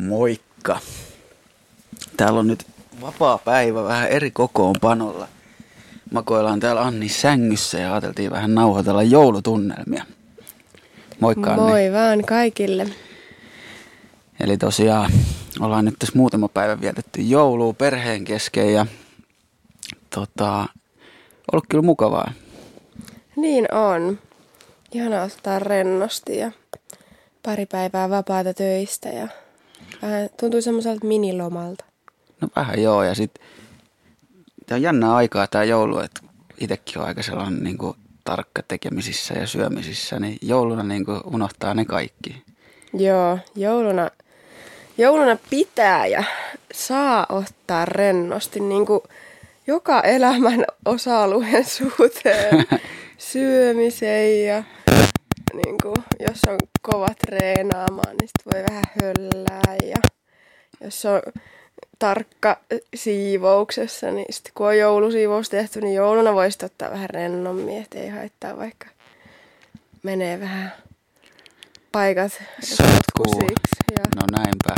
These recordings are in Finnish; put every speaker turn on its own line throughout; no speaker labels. Moikka. Täällä on nyt vapaa päivä vähän eri kokoonpanolla. Makoillaan täällä Anni sängyssä ja ajateltiin vähän nauhoitella joulutunnelmia. Moikka Anni.
Moi vaan kaikille.
Eli tosiaan ollaan nyt tässä muutama päivä vietetty joulua perheen kesken ja tota, ollut kyllä mukavaa.
Niin on. Ihanaa ottaa rennosti ja pari päivää vapaata töistä ja vähän tuntuu semmoiselta minilomalta.
No vähän joo ja sitten tämä on jännää aikaa tämä joulu, että itsekin on aika sellainen niin kuin, tarkka tekemisissä ja syömisissä, niin jouluna niin kuin, unohtaa ne kaikki.
Joo, jouluna, jouluna pitää ja saa ottaa rennosti niin kuin joka elämän osa-alueen suuteen syömiseen ja niin kuin, jos on kova treenaamaan, niin sit voi vähän höllää ja jos on tarkka siivouksessa, niin sit kun on joulusiivous tehty, niin jouluna voisi ottaa vähän rennommin, että ei haittaa vaikka menee vähän paikat
Sotkuu.
kusiksi. Ja,
No näinpä.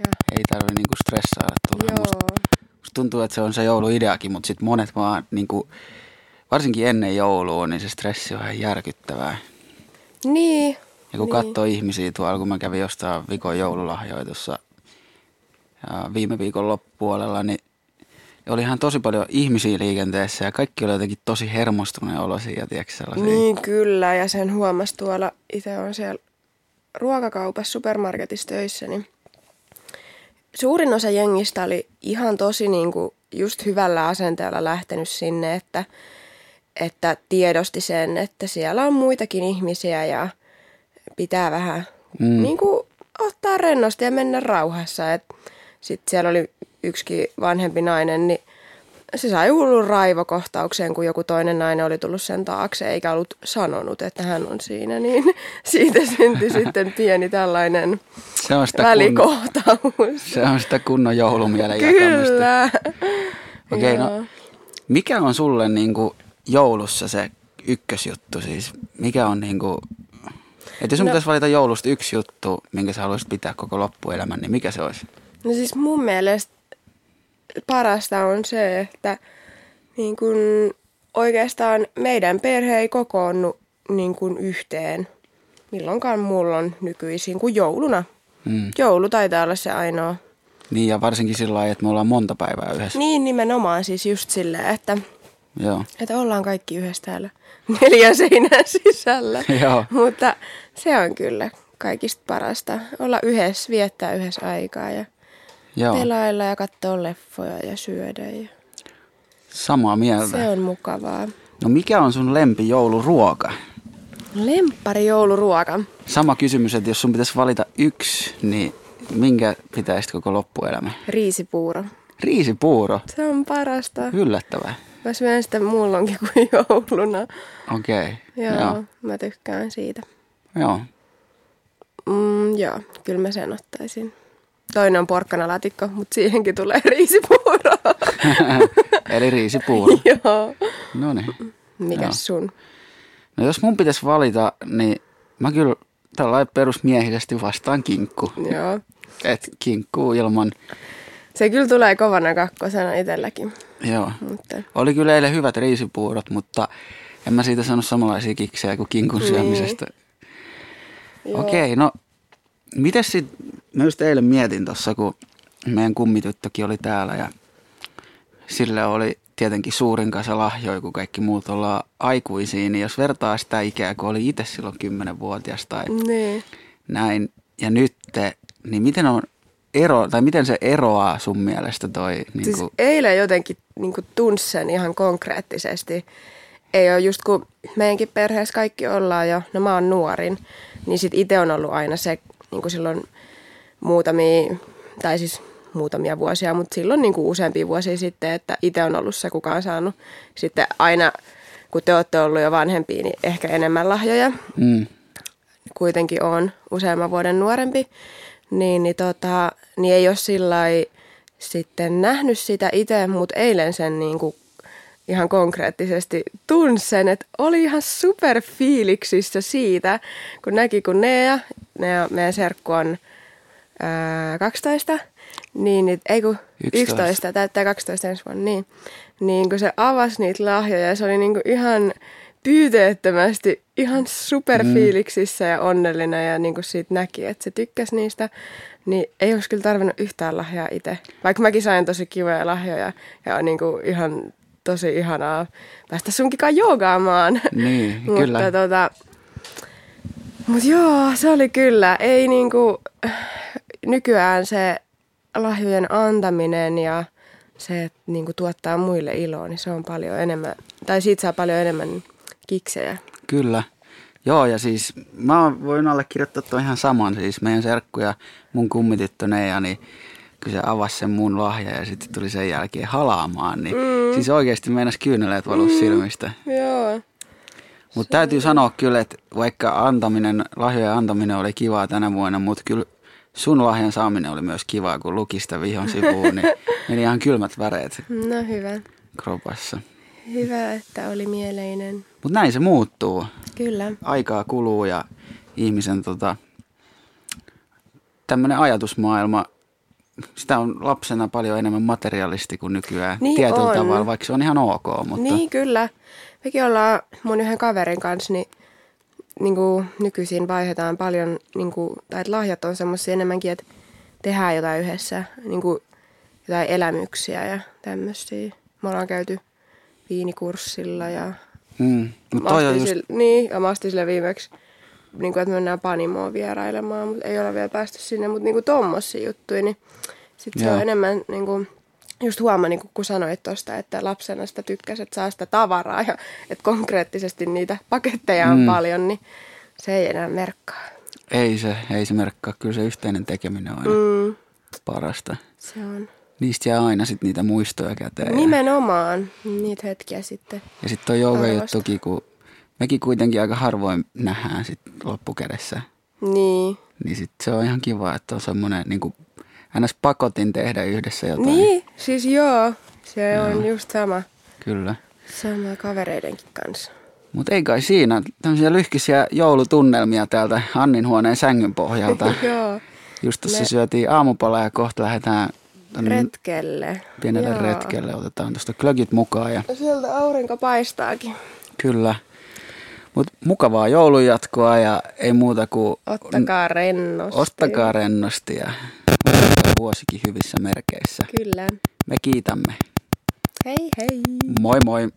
ja,
Ei tarvi niinku stressailla tuolla.
joo,
Musta, musta tuntuu, että se on se jouluideakin, mutta sitten monet vaan niinku, varsinkin ennen joulua, niin se stressi on ihan järkyttävää.
niin,
Ja kun niin.
Niin.
katsoo ihmisiä tuolla, kun mä kävin jostain vikon joululahjoja tuossa ää, viime viikon loppupuolella, niin oli ihan tosi paljon ihmisiä liikenteessä ja kaikki oli jotenkin tosi hermostuneen olosia, tiedätkö sellaisia.
niin kyllä. Ja sen huomasi tuolla, itse on siellä ruokakaupassa supermarketissa töissä, niin suurin osa jengistä oli ihan tosi niin kuin just hyvällä asenteella lähtenyt sinne, että, että tiedosti sen, että siellä on muitakin ihmisiä ja pitää vähän mm. niin kuin ottaa rennosti ja mennä rauhassa. Et sit siellä oli yksikin vanhempi nainen, niin se sai hullun raivokohtaukseen, kun joku toinen nainen oli tullut sen taakse eikä ollut sanonut, että hän on siinä. Niin siitä syntyi sitten pieni tällainen
Se on sitä, kun,
välikohtaus.
se on sitä kunnon joulumielen jakamista.
Kyllä.
Okei,
Joo.
no mikä on sulle niin kuin joulussa se ykkösjuttu siis? Mikä on niin kuin, että jos sun no. pitäisi valita joulusta yksi juttu, minkä sä haluaisit pitää koko loppuelämän, niin mikä se olisi?
No siis mun mielestä parasta on se, että niin kun oikeastaan meidän perhe ei kokoonnu niin kun yhteen milloinkaan mullon nykyisin kuin jouluna.
Mm.
Joulu taitaa olla se ainoa.
Niin ja varsinkin sillä lailla, että me ollaan monta päivää yhdessä.
Niin nimenomaan siis just silleen, että,
Niin. Joo.
että ollaan kaikki yhdessä täällä neljän seinän sisällä.
Joo.
Mutta se on kyllä kaikista parasta. Olla yhdessä, viettää yhdessä aikaa ja
Joo.
pelailla ja katsoa leffoja ja syödä. Ja
Samaa mieltä.
se on mukavaa.
No mikä on sun lempi jouluruoka?
Lemppari jouluruoka.
Sama kysymys, että jos sun pitäisi valita yksi, niin minkä pitäisit koko loppuelämä?
Riisipuuro.
Riisipuuro.
Se on parasta.
Yllättävää.
Mä syön sitä mullonkin kuin jouluna.
Okei.
Joo, joo. mä tykkään siitä.
Joo.
Mm, joo, kyllä mä sen ottaisin. Toinen on porkkanalaatikko, mutta siihenkin tulee riisipuuro.
Eli riisipuuro.
joo.
No niin. Joo.
Mikäs sun?
No jos mun pitäisi valita, niin mä kyllä tällainen perusmiehisesti vastaan kinkku.
Joo.
Et kinkkuu ilman,
Se kyllä tulee kovana kakkosena itselläkin,
joo.
mutta
Oli kyllä eilen hyvät riisipuurot, mutta en mä siitä sano samanlaisia kiksejä kuin kinkun syömisestä.
Niin. joo.
Okei, no miten sitten, mä just eilen mietin tuossa, kun meidän kummityttökin oli täällä ja sillä oli tietenkin suurin kanssa lahjoja, kun kaikki muut ollaan aikuisia, niin jos vertaa sitä ikää, kun oli itse silloin 10-vuotias tai
Niin.
näin ja nyt, niin miten on ero, tai miten se eroaa sun mielestä toi, niin
Siis
kuin,
eilen jotenkin niin kuin tunsi sen ihan konkreettisesti. Ei ole just kun meidänkin perheessä kaikki ollaan jo, no mä oon nuorin, niin sit itse on ollut aina se niin kuin silloin muutamia, tai siis muutamia vuosia, mutta silloin niin kuin useampia vuosia sitten, että itse on ollut se, kuka on saanut sitten aina, kun te olette ollut jo vanhempia, niin ehkä enemmän lahjoja
mm,
kuitenkin on useamman vuoden nuorempi, niin, niin, tota, niin ei ole sillä lailla sitten nähnyt sitä itse, mutta eilen sen niin kuin ihan konkreettisesti tunsin sen, että oli ihan superfiiliksissä siitä, kun näki, kun Nea, Nea meidän serkku on ää, 12, niin, niin ei kun 11.
11.
11, täyttää 12 ensi vuonna, niin, niin kun se avasi niitä lahjoja ja se oli niinku ihan pyyteettömästi ihan superfiiliksissä ja onnellinen ja niinku siitä näki, että se tykkäsi niistä, niin ei olisi kyllä tarvinnut yhtään lahjaa itse. Vaikka mäkin sain tosi kivoja lahjoja ja on niinku ihan tosi ihanaa päästä sunkikaan joogaamaan.
Niin, kyllä.
Mutta tota, mut joo, se oli kyllä. Ei niinku, nykyään se lahjojen antaminen ja se, että niinku tuottaa muille iloa, niin se on paljon enemmän, tai siitä saa paljon enemmän kiksejä.
Kyllä. Joo, ja siis mä voin allekirjoittaa tuon ihan saman. Siis meidän serkku ja mun kummityttö Neija, niin kun se avasi sen mun lahja ja sitten tuli sen jälkeen halaamaan, niin mm. siis oikeasti meinas kyyneleet valuu mm. silmistä.
Joo.
Mutta täytyy sanoa kyllä, että vaikka antaminen, lahjojen antaminen oli kivaa tänä vuonna, mutta kyllä sun lahjan saaminen oli myös kivaa, kun luki sitä vihon sivuun, niin meni ihan kylmät väreet
No hyvä.
kropassa.
Hyvä, että oli mieleinen.
Mutta näin se muuttuu.
Kyllä.
aikaa kuluu ja ihmisen tota, tämmöinen ajatusmaailma, sitä on lapsena paljon enemmän materialisti kuin nykyään
Niin
tietyllä
on.
tavalla, vaikka se on ihan ok, mutta
Niin, kyllä. Mekin ollaan mun yhden kaverin kanssa, niin, niin kuin nykyisin vaihdetaan paljon, niin kuin, tai että lahjat on semmoisia enemmänkin, että tehdään jotain yhdessä, niin kuin jotain elämyksiä ja tämmöisiä. Me ollaan käyty viinikurssilla ja
mm, mut
mä
toi on
ostin,
just,
sille, niin, ja mä ostin sille viimeksi, niin kuin, että mennään Panimoon vierailemaan, mutta ei ole vielä päästy sinne, mutta niin kuin tommosia juttuja, niin sitten se
Joo.
on enemmän niin kuin, just huomaa, niin kuin, kun sanoit tuosta, että lapsena sitä tykkäsi, että saa sitä tavaraa ja että konkreettisesti niitä paketteja on mm. paljon, niin se ei enää merkkaa.
ei se, ei se merkkaa, kyllä se yhteinen tekeminen on aina
Mm,
parasta.
se on.
Niistä jää aina sit niitä muistoja käteen.
Niin
Ja,
Nimenomaan niitä hetkiä sitten.
ja sitten toi jouka
Arvosta.
juttukin, kun mekin kuitenkin aika harvoin nähdään sit loppukädessä.
Niin.
Niin sit se on ihan kiva, että on semmoinen niin kuin, ns. pakotin tehdä yhdessä jotain.
Niin, siis joo. Se on just sama.
Kyllä.
Sama kavereidenkin kanssa.
Mutta ei kai siinä. Tämmöisiä lyhkisiä joulutunnelmia täältä Annin huoneen sängyn pohjalta.
joo.
Just tuossa syötiin aamupala ja kohta lähdetään tonne
Retkelle.
niin pienelle
Joo.
retkelle. Otetaan tuosta klökit mukaan. Ja,
Sieltä aurinko paistaakin.
kyllä. Mutta mukavaa joulun jatkoa ja ei muuta kuin
Ottakaa rennosti.
ostakaa rennosti ja otetaan vuosikin hyvissä merkeissä.
Kyllä.
Me kiitämme.
Hei hei.
Moi moi!